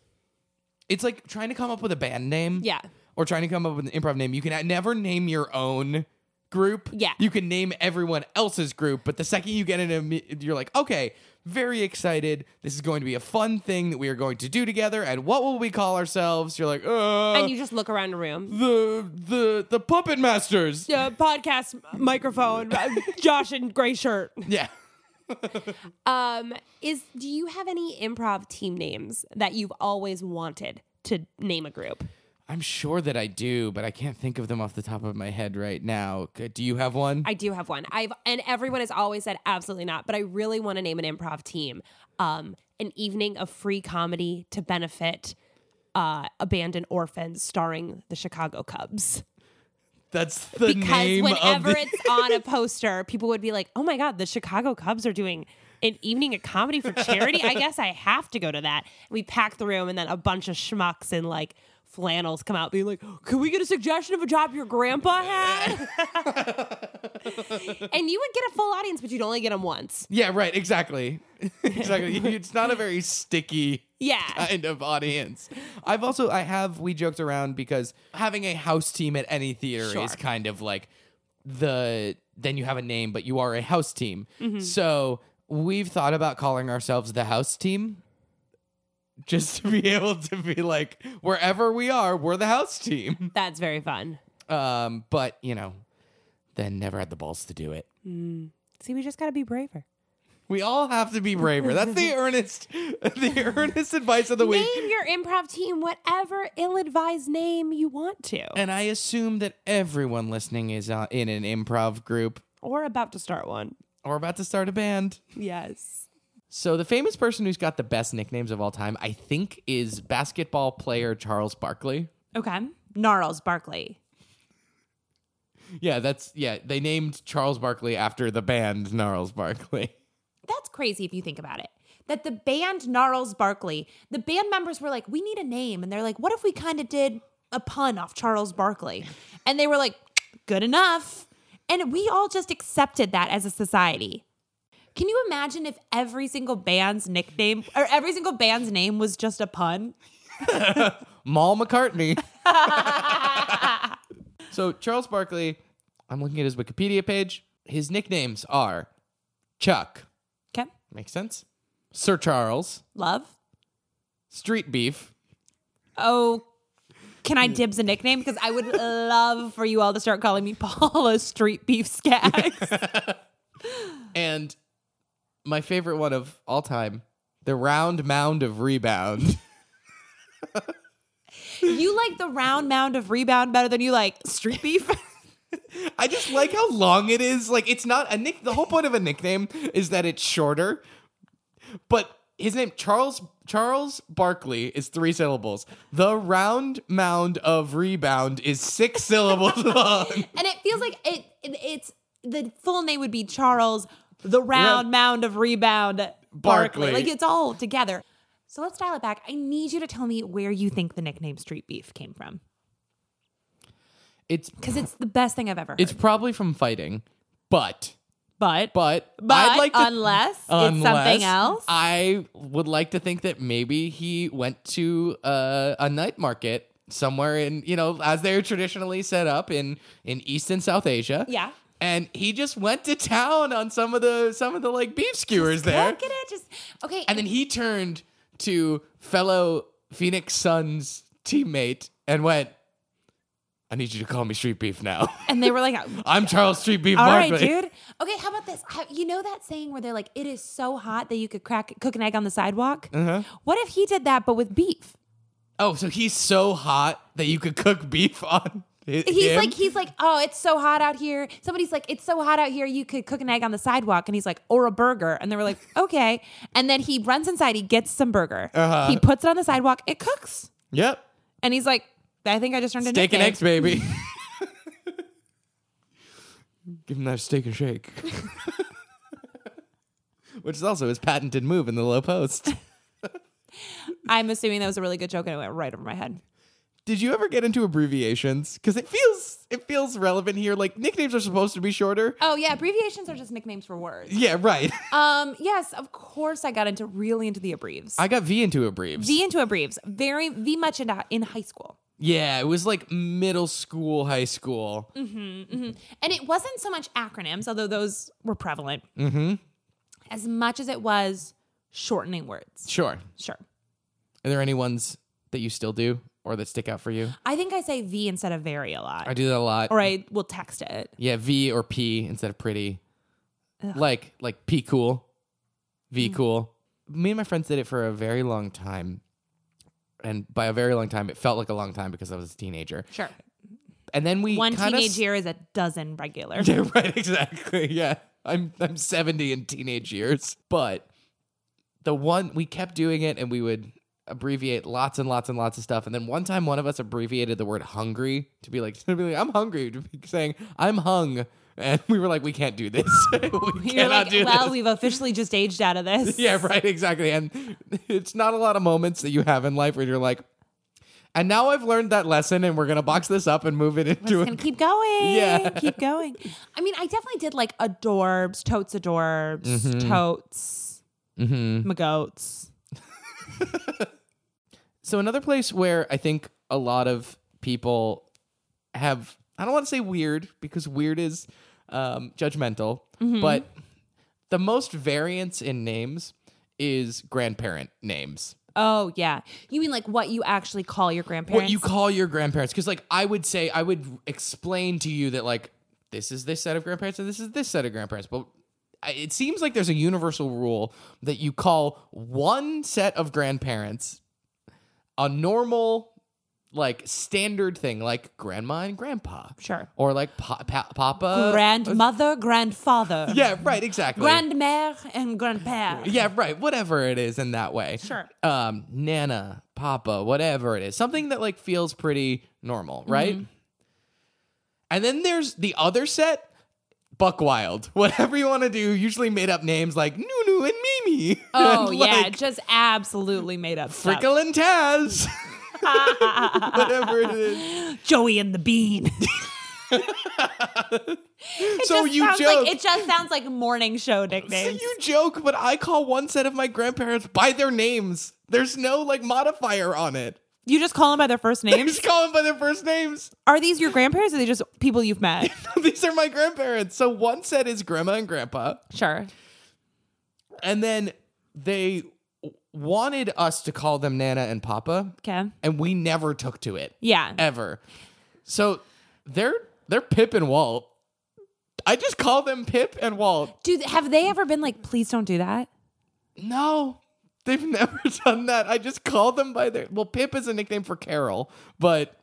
A: it's like trying to come up with a band name.
B: Yeah.
A: Or trying to come up with an improv name. You can never name your own group.
B: Yeah.
A: You can name everyone else's group, but the second you get in, a, you're like, okay, very excited. This is going to be a fun thing that we are going to do together. And what will we call ourselves? You're like, uh
B: And you just look around a room.
A: the the the puppet masters.
B: Uh, podcast microphone, uh, Josh in gray shirt.
A: Yeah.
B: Um, is do you have any improv team names that you've always wanted to name a group?
A: I'm sure that I do, but I can't think of them off the top of my head right now. C- Do you have one?
B: I do have one. I've and everyone has always said absolutely not, but I really want to name an improv team. Um, an evening of free comedy to benefit uh, abandoned orphans, starring the Chicago Cubs.
A: That's the
B: Because
A: name
B: whenever
A: of the-
B: it's on a poster, people would be like, "Oh my god, the Chicago Cubs are doing." An evening of comedy for charity. I guess I have to go to that. We pack the room, and then a bunch of schmucks in like flannels come out, being like, "Can we get a suggestion of a job your grandpa had?"
D: and you would get a full audience, but you'd only get them once.
A: Yeah, right. Exactly. exactly. It's not a very sticky
D: Yeah.
A: kind of audience. I've also I have we joked around because having a house team at any theater
D: Sure.
A: is kind of like the then you have a name but you are a house team. So we've thought about calling ourselves the house team just to be able to be like wherever we are, we're the house team.
D: That's very fun.
A: Um but, you know, then never had the balls to do it.
D: See, we just got to be braver.
A: We all have to be braver. That's the earnest the earnest advice of the week.
D: Name your improv team whatever ill advised name you want to,
A: And I assume that everyone listening is uh, in an improv group
D: or about to start one.
A: or about to start a band.
D: Yes.
A: So the famous person who's got the best nicknames of all time, I think, is basketball player Charles Barkley.
B: Okay. Gnarls Barkley.
A: Yeah, that's yeah. They named Charles Barkley after the band Gnarls Barkley.
B: That's crazy if you think about it. That the band Gnarls Barkley, the band members were like, we need a name. And they're like, what if we kind of did a pun off Charles Barkley? And they were like, good enough. And we all just accepted that as a society. Can you imagine if every single band's nickname or every single band's name was just a pun?
A: Maul McCartney. so Charles Barkley, I'm looking at his Wikipedia page. His nicknames are Chuck.
B: Okay.
A: Makes sense. Sir Charles.
B: Love.
A: Street Beef.
B: Oh, can I dibs a nickname? Because I would love for you all to start calling me Paula Street Beef Skaggs.
A: And my favorite one of all time, the round mound of rebound.
B: you like the round mound of rebound better than you like street beef.
A: I just like how long it is. Like it's not a nick the whole point of a nickname is that it's shorter. But his name Charles Charles Barkley is three syllables. The round mound of rebound is six syllables long.
B: and it feels like it, it- it's the full name would be Charles the round
A: Round-
B: mound of rebound
A: Barkley.
B: Like it's all together. So let's dial it back. I need you to tell me where you think the nickname street beef came from
A: It's
B: because it's the best thing I've ever heard.
A: it's probably from fighting, but
B: but
A: but,
B: but
A: I'd like to
B: unless it's
A: Unless
B: something else.
A: I would like to think that maybe he went to uh, a night market somewhere in, you know, as they're traditionally set up in in East and South Asia.
B: Yeah.
A: And he just went to town on some of the some of the like beef skewers there.
B: Look at it. Just okay.
A: And then he turned to fellow Phoenix Suns teammate and went, I need you to call me Street Beef now.
B: and they were like,
A: I'm Charles Street Beef
B: All right,
A: Barkley.
B: dude. Okay, how about this? How, you know that saying where they're like, "It is so hot that you could crack cook an egg on the sidewalk."
A: Uh-huh.
B: What if he did that, but with beef?
A: Oh, so he's so hot that you could cook beef on hi-
B: He's
A: him?
B: like, he's like, "Oh, it's so hot out here." Somebody's like, "It's so hot out here, you could cook an egg on the sidewalk," and he's like, "Or a burger," and they were like, "Okay." And then he runs inside, he gets some burger,
A: Uh-huh.
B: he puts it on the sidewalk, it cooks,
A: Yep.
B: and he's like, "I think I just turned into
A: Steak and eggs, baby. Give him that steak and shake. Which is also his patented move in the low post.
B: I'm assuming that was a really good joke, and it went right over my head.
A: Did you ever get into abbreviations? Because it feels it feels relevant here. Like nicknames are supposed to be shorter.
B: Oh yeah, abbreviations are just nicknames for words.
A: Yeah, right.
B: Um, yes, of course, I got into really into the abbreves.
A: I got V into abbreves.
B: V into abbreves. Very V much into in high school.
A: yeah, it was like middle school, high school.
B: And it wasn't so much acronyms, although those were prevalent. Mm-hmm. As much as it was shortening words.
A: Sure.
B: Sure.
A: Are there any ones that you still do or that stick out for you?
B: I think I say V instead of very a lot.
A: I do that a lot.
B: or I will text it.
A: Yeah, V or P instead of pretty. Like like P cool. V
B: Mm.
A: cool. Me and my friends did it for a very long time. And by a very long time, it felt like a long time because I was a teenager.
B: Sure.
A: And then we
B: One
A: kinda
B: teenage
A: s-
B: year is a dozen regular.
A: Yeah, right, exactly. Yeah. I'm I'm 70 in teenage years. But the one we kept doing it and we would abbreviate lots and lots and lots of stuff. And then one time one of us abbreviated the word hungry to be like, to be like I'm hungry, to be saying, I'm hung. And we were like, we can't do this. we
B: You're
A: cannot
B: like,
A: do
B: well,
A: this.
B: we've officially just aged out of this.
A: Yeah, right, exactly. And it's not a lot of moments that you have in life where you're like, And now I've learned that lesson, and we're gonna box this up and move it into
B: Can keep going.
A: Yeah.
B: Keep going. I mean, I definitely did like adorbs, totes adorbs,
A: Mm-hmm.
B: totes, mm magotes.
A: So another place where I think a lot of people have I don't want to say weird because weird is um, judgmental, but the most variance in names is grandparent names.
B: Oh yeah. You mean like what you actually call your grandparents?
A: What you call your grandparents? Because like I would say I would explain to you that like this is this set of grandparents and this is this set of grandparents, but I- it seems like there's a universal rule that you call one set of grandparents a normal like standard thing like grandma and grandpa
B: Sure.
A: or like pa- pa- papa
B: grandmother, grandfather,
A: uh, yeah right exactly
B: grandmère, and grandpère.
A: yeah, right. Whatever it is in that way.
B: Sure.
A: Um, Nana, Papa, whatever it is. Something that like feels pretty normal,
B: Mm-hmm.
A: right? And then there's the other set, Buck Wild. Whatever you want to do, usually made up names like Nunu and Mimi.
B: Oh
A: and,
B: yeah,
A: like,
B: just absolutely made up stuff.
A: Frickle and Taz. whatever it is.
B: Joey and the Bean.
A: so
B: Just
A: you
B: sounds
A: joke.
B: Like, it just sounds like morning show nicknames.
A: you joke, but I call one set of my grandparents by their names. There's no like modifier on it.
B: You just call them by their first
A: I
B: names.
A: just call them by their first names.
B: Are these your grandparents? Or are they just people you've met?
A: These are my grandparents. So one set is grandma and grandpa,
B: Sure.
A: and then they w- wanted us to call them Nana and Papa,
B: Okay.
A: and we never took to it
B: Yeah.
A: ever. So they're they're Pip and Walt. I just call them Pip and Walt.
B: Do have they ever been like, please don't do that?
A: No, they've never done that. I just call them by their well. Pip is a nickname for Carol, but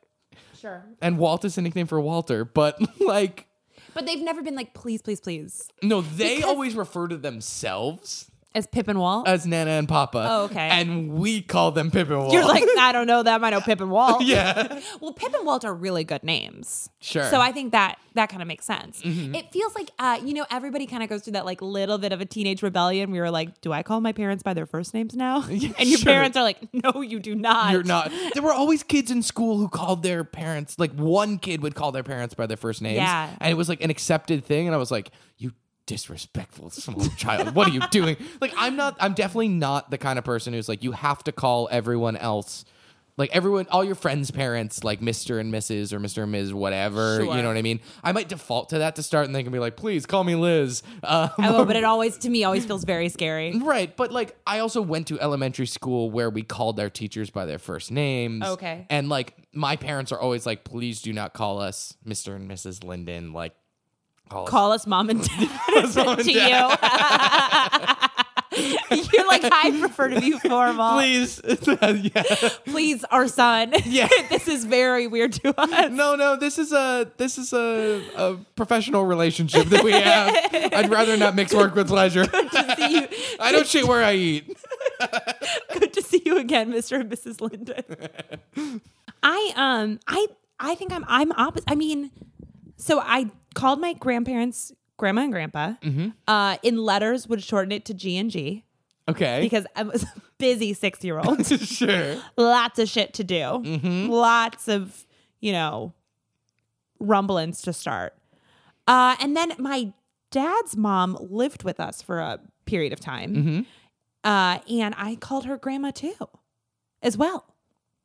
B: Sure.
A: and Walt is a nickname for Walter. But like,
B: But they've never been like, please, please, please,
A: no, they
B: Because-
A: always refer to themselves
B: as Pip and Walt.
A: as Nana and Papa.
B: Oh, okay.
A: And we call them Pip and Walt.
B: You're like, I don't know them. I know Pip and Walt.
A: yeah,
B: Well, Pip and Walt are really good names.
A: Sure. Mm-hmm.
B: So I think that that kind of makes sense. It feels like uh, you know everybody kind of goes through that like little bit of a teenage rebellion. We were like, do I call my parents by their first names now? and your
A: sure.
B: parents are like, no, you do not.
A: you're not. There were always kids in school who called their parents. Like one kid would call their parents by their first names.
B: Yeah.
A: and it was like an accepted thing. And I was like, you disrespectful small child. What are you doing? Like I'm not. I'm definitely not the kind of person who's like you have to call everyone else. Like everyone, all your friends' parents, like Mr. and Mrs. or Mr. and Ms. whatever,
B: Sure.
A: you know what I mean? I might default to that to start and they can be like, please call me Liz. Um,
B: Oh, but it always to me always feels very scary.
A: Right, but like I also went to elementary school where we called our teachers by their first names.
B: Okay.
A: And like my parents are always like, please do not call us Mr. and Mrs. Linden. Like, call, us.
B: Call us mom and dad
A: Mom and
B: to you. You're like, I prefer to be formal. Please,
A: Please. yeah.
B: our son.
A: Yeah.
B: this is very weird to us.
A: No, no, this is a this is a, a professional relationship that we have. I'd rather not mix work with pleasure.
B: to see you.
A: I don't shit where I eat.
B: good to see you again, Mr. and Mrs. Linden. I um I I think I'm I'm opposite. I mean, so I called my grandparents grandma and grandpa. Uh, in letters would shorten it to G and G
A: Okay.
B: because I was a busy six year old.
A: sure.
B: Lots of shit to do.
A: Mm-hmm.
B: Lots of you know rumblings to start. Uh, and then my dad's mom lived with us for a period of time.
A: Mm-hmm.
B: Uh, and I called her grandma too, as well.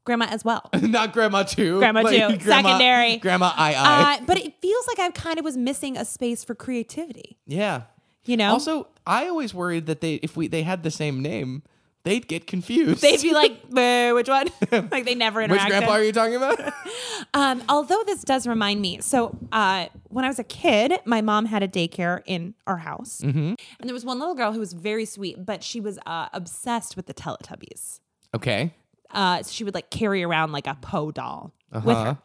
B: Grandma as well.
A: Not grandma too.
B: Grandma too. Secondary.
A: Grandma I I.
B: Uh, but it feels like I kind of was missing a space for creativity,
A: yeah.
B: you know?
A: Also, I always worried that they if we they had the same name, they'd get confused.
B: They'd be like, "Boo, which one? like they never interacted.
A: Which grandpa are you talking about?
B: Um, although this does remind me, so uh, when I was a kid, my mom had a daycare in our house, and there was one little girl who was very sweet, but she was uh, obsessed with the Teletubbies.
A: okay.
B: Uh, so she would like carry around like a Poe doll
A: Uh-huh.
B: with her.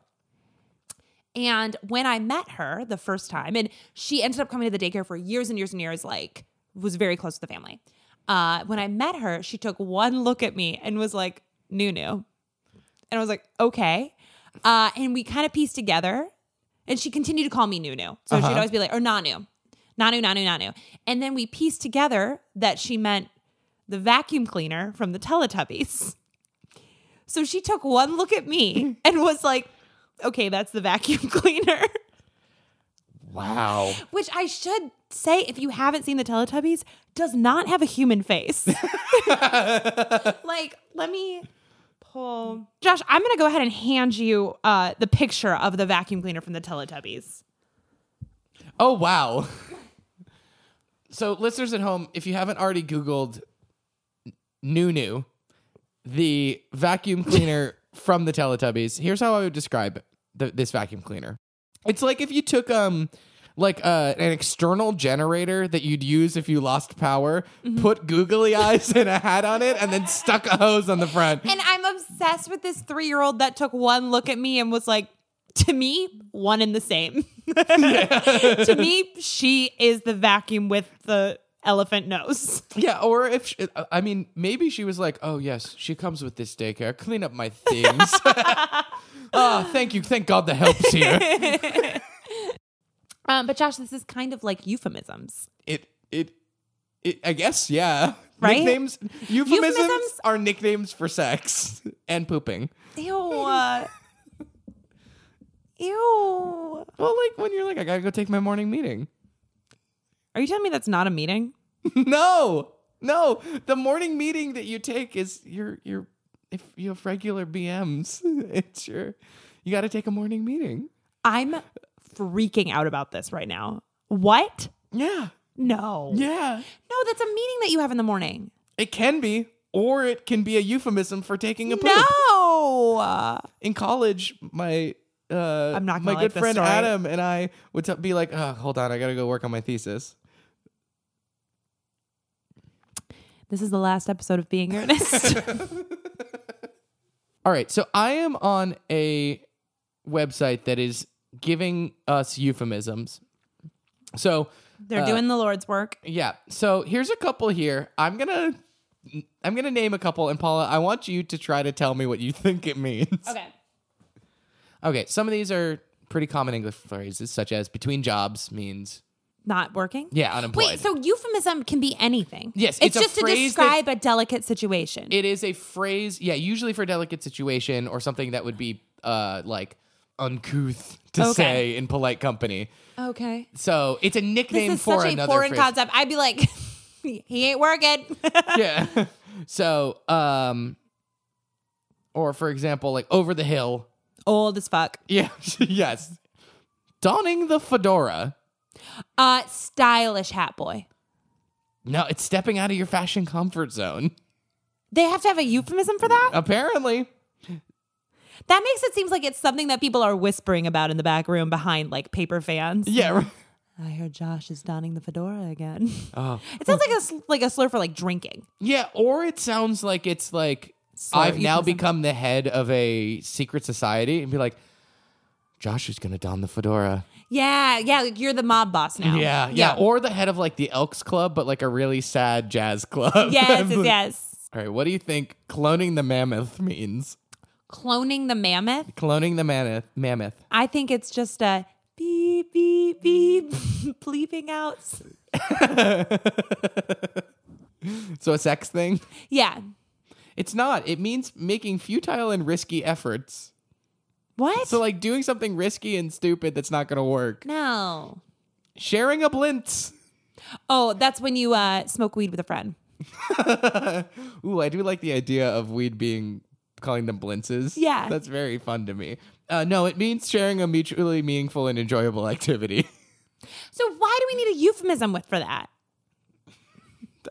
B: And when I met her the first time, and she ended up coming to the daycare for years and years and years, like was very close to the family. Uh, when I met her, she took one look at me and was like, Nunu. And I was like, okay. Uh, and we kind of pieced together. And she continued to call me Nunu. So she'd always be like, or Nanu. Nanu, Nanu, Nanu. And then we pieced together that she meant the vacuum cleaner from the Teletubbies. So she took one look at me and was like, okay, that's the vacuum cleaner.
A: Wow.
B: Which I should say, if you haven't seen the Teletubbies, does not have a human face. like, let me pull. Josh, I'm going to go ahead and hand you uh, the picture of the vacuum cleaner from the Teletubbies.
A: Oh, wow. So, listeners at home, if you haven't already Googled Nunu, the vacuum cleaner from the Teletubbies, here's how I would describe the, this vacuum cleaner. It's like if you took um like uh, an external generator that you'd use if you lost power, put googly eyes and a hat on it, and then stuck a hose on the front.
B: And I'm obsessed with this three year old that took one look at me and was like, to me, one and the same. to me, she is the vacuum with the elephant nose.
A: Yeah, or if she, I mean, maybe she was like, "Oh yes, she comes with this daycare. Clean up my things." oh, thank you, thank God, the help's here.
B: Um, but Josh, this is kind of like euphemisms.
A: it, it, it. I guess, yeah.
B: Right?
A: Nicknames, euphemisms,
B: Euphemisms-
A: are nicknames for sex and pooping.
B: Ew. uh, Ew.
A: Well, like when you're like, "I gotta go take my morning meeting."
B: Are you telling me that's not a meeting?
A: no, no, the morning meeting that you take is your your. If you have regular BMs, it's your. You got to take a morning meeting.
B: I'm freaking out about this right now. What?
A: Yeah.
B: No.
A: Yeah.
B: No, that's a meeting that you have in the morning.
A: It can be, or it can be a euphemism for taking a poop.
B: No.
A: In college, my uh,
B: I'm not gonna
A: my
B: like
A: good
B: this
A: friend
B: story.
A: Adam and I would t- be like, oh, "Hold on, I gotta go work on my thesis."
B: This is the last episode of Being Earnest.
A: All right, so I am on a website that is giving us euphemisms. So
B: They're doing the Lord's work.
A: yeah, so here's a couple here. I'm gonna I'm gonna name a couple, and Paula, I want you to try to tell me what you think it means.
B: Okay.
A: Okay, some of these are pretty common English phrases, such as between jobs means
B: Not working?
A: yeah unemployed.
B: Wait, so euphemism can be anything.
A: Yes, it's
B: It's,
A: a
B: just to
A: phrase
B: describe a delicate situation.
A: it is a phrase, yeah, usually for a delicate situation or something that would be uh like uncouth to
B: Okay.
A: say in polite company.
B: okay.
A: So it's a nickname
B: This is
A: for
B: such a
A: another
B: foreign
A: phrase.
B: concept. I'd be like, he ain't working.
A: yeah. so um, or for example, like over the hill.
B: Old as fuck.
A: Yeah. yes. Donning the fedora.
B: Uh, stylish hat boy.
A: No, it's stepping out of your fashion comfort zone.
B: They have to have a euphemism for that?
A: Apparently.
B: That makes it seem like it's something that people are whispering about in the back room behind like paper fans.
A: Yeah. right.
B: I heard Josh is donning the fedora again.
A: Oh.
B: It sounds like a sl- like a slur for like drinking.
A: Yeah, or it sounds like it's like
B: Sorry,
A: I've now
B: euphemism.
A: become the head of a secret society and be like, Josh is gonna don the fedora.
B: Yeah, yeah, like you're the mob boss now.
A: Yeah, yeah, Or the head of like the Elks Club, but like a really sad jazz club.
B: yes, yes, yes.
A: All right, what do you think cloning the mammoth means?
B: Cloning the mammoth.
A: Cloning the mammoth mammoth.
B: I think it's just a beep beep beep bleeping out.
A: So a sex thing?
B: Yeah.
A: It's not. It means making futile and risky efforts.
B: What?
A: So like doing something risky and stupid that's not gonna work.
B: no.
A: Sharing a blintz.
B: Oh, that's when you uh, smoke weed with a friend.
A: Ooh, I do like the idea of weed being calling them blintzes.
B: Yeah.
A: That's very fun to me. Uh, no, it means sharing a mutually meaningful and enjoyable activity.
B: So why do we need a euphemism with for that?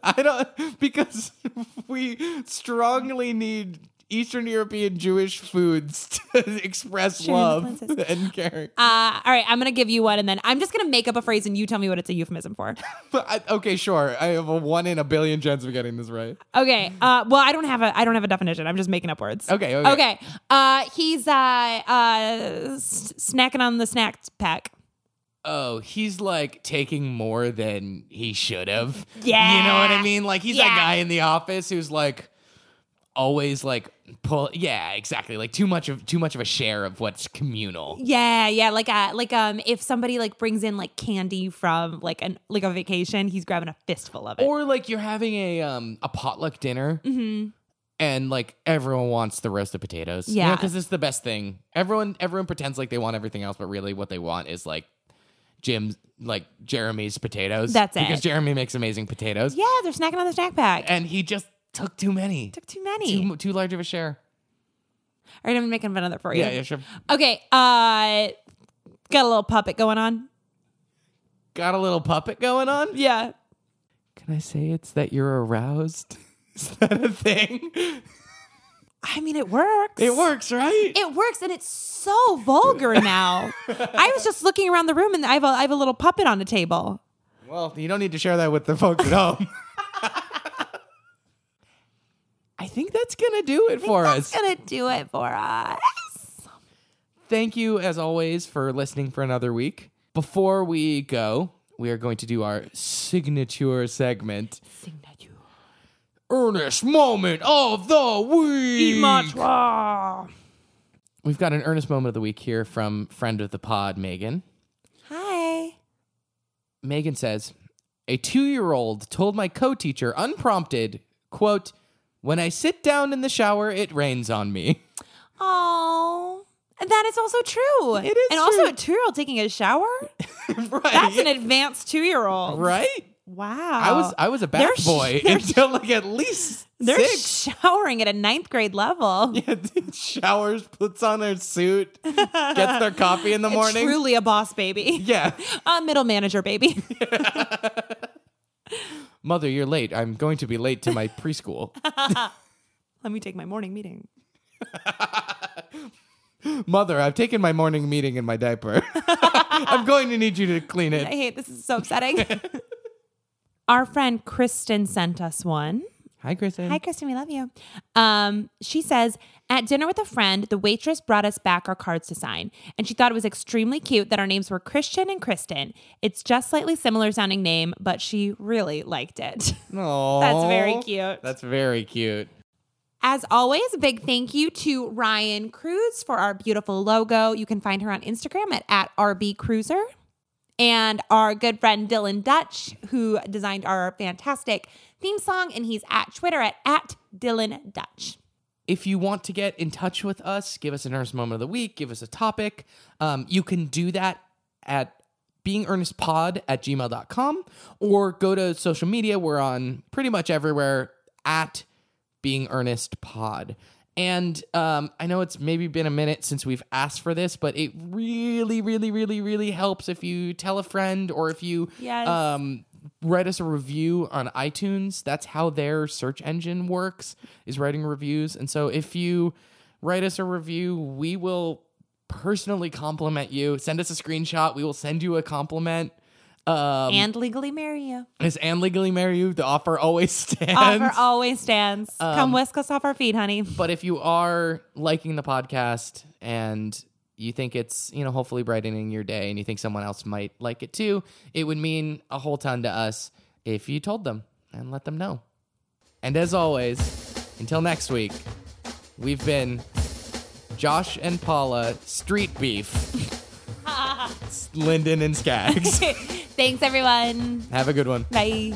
A: I don't, because we strongly need Eastern European Jewish foods to express
B: Sharing the
A: love
B: blintzes.
A: and caring.
B: Uh, all right, I'm gonna give you one, and then I'm just gonna make up a phrase, and you tell me what it's a euphemism for.
A: But I, okay, sure. I have a one in a billion chance of getting this right.
B: Okay. Uh, well, I don't have a I don't have a definition. I'm just making up words.
A: Okay, okay.
B: Okay. Uh, he's uh, uh, s- snacking on the snack pack.
A: Oh, he's like taking more than he should have.
B: Yeah.
A: You know what I mean? Like he's
B: Yeah.
A: that guy in the office who's like always like pull yeah, exactly. Like too much of too much of a share of what's communal.
B: Yeah, yeah, like uh, like um, if somebody like brings in like candy from like an like a vacation, he's grabbing a fistful of it. Mm-hmm.
A: Or like you're having a um a potluck dinner and like everyone wants the roasted potatoes.
B: Yeah.
A: because it's the best thing. Everyone everyone pretends like they want everything else, but really what they want is like Jim's like Jeremy's potatoes.
B: That's it.
A: Because Jeremy makes amazing potatoes,
B: Yeah, they're snacking on the snack pack.
A: and he just took too many,
B: Took too many.
A: Eh, too, too large of a share.
B: All right, I'm making another for you.
A: Yeah, yeah, sure.
B: Okay, uh, got a little puppet going on.
A: Got a little puppet going on.
B: Yeah.
A: Can I say it's that you're aroused? Is that a thing?
B: I mean, it works.
A: It works, right?
B: It works, and it's so vulgar now. I was just looking around the room, and I have a, I have a little puppet on a table.
A: well, you don't need to share that with the folks at home. I think that's gonna do it for us.
B: That's gonna do it for us.
A: Thank you, as always, for listening for another week. Before we go, we are going to do our signature segment, Earnest Moment of the Week. We've got an earnest moment of the week here from friend of the pod, Megan.
B: Hi.
A: Megan says, A two year old told my co teacher unprompted, quote, when I sit down in the shower, it rains on me.
B: Oh, that is also true.
A: It is
B: and also
A: true.
B: a two-year-old taking a shower.
A: right.
B: That's an advanced two-year-old.
A: right?
B: Wow.
A: I was I was a
B: They're
A: bath
B: sh-
A: boy
B: they're sh-
A: until like at least
B: They're
A: six.
B: showering at a ninth grade level.
A: Yeah, dude, showers, puts on her suit, gets their coffee in the morning.
B: Truly a boss baby.
A: Yeah.
B: A middle manager baby.
A: Mother, you're late. I'm going to be late to my preschool.
B: Let me take my morning meeting.
A: Mother, I've taken my morning meeting in my diaper. I'm going to need you to clean
B: I
A: it.
B: hate this is so upsetting. Our friend Kristen sent us one.
A: Hi, Kristen.
B: Hi, Kristen. We love you. Um, she says, at dinner with a friend, the waitress brought us back our cards to sign, and she thought it was extremely cute that our names were Christian and Kristen. It's just slightly similar sounding name, but she really liked it.
A: Aw.
B: That's very cute.
A: That's very cute.
B: As always, a big thank you to Ryan Cruz for our beautiful logo. You can find her on Instagram at, at rbcruiser. And our good friend Dylan Dutch, who designed our fantastic theme song, and he's at Twitter at, at Dylan Dutch.
A: If you want to get in touch with us, give us an earnest moment of the week, give us a topic, um, you can do that at beingearnestpod at gmail.com or go to social media. We're on pretty much everywhere at being earnest pod. And um, I know it's maybe been a minute since we've asked for this, but it really, really, really, really helps if you tell a friend or if you
B: Yes.
A: um, write us a review on iTunes. That's how their search engine works, is writing reviews. And so if you write us a review, we will personally compliment you. Send us a screenshot. We will send you a compliment. Um,
B: and legally marry you.
A: is and legally marry you? The offer always stands.
B: Offer always stands. Come whisk us off our feet, honey.
A: but if you are liking the podcast and you think it's you know hopefully brightening your day and you think someone else might like it too it would mean a whole ton to us if you told them and let them know and as always until next week we've been josh and paula street beef lyndon and skaggs
B: Thanks, everyone.
A: have a good one
B: Bye.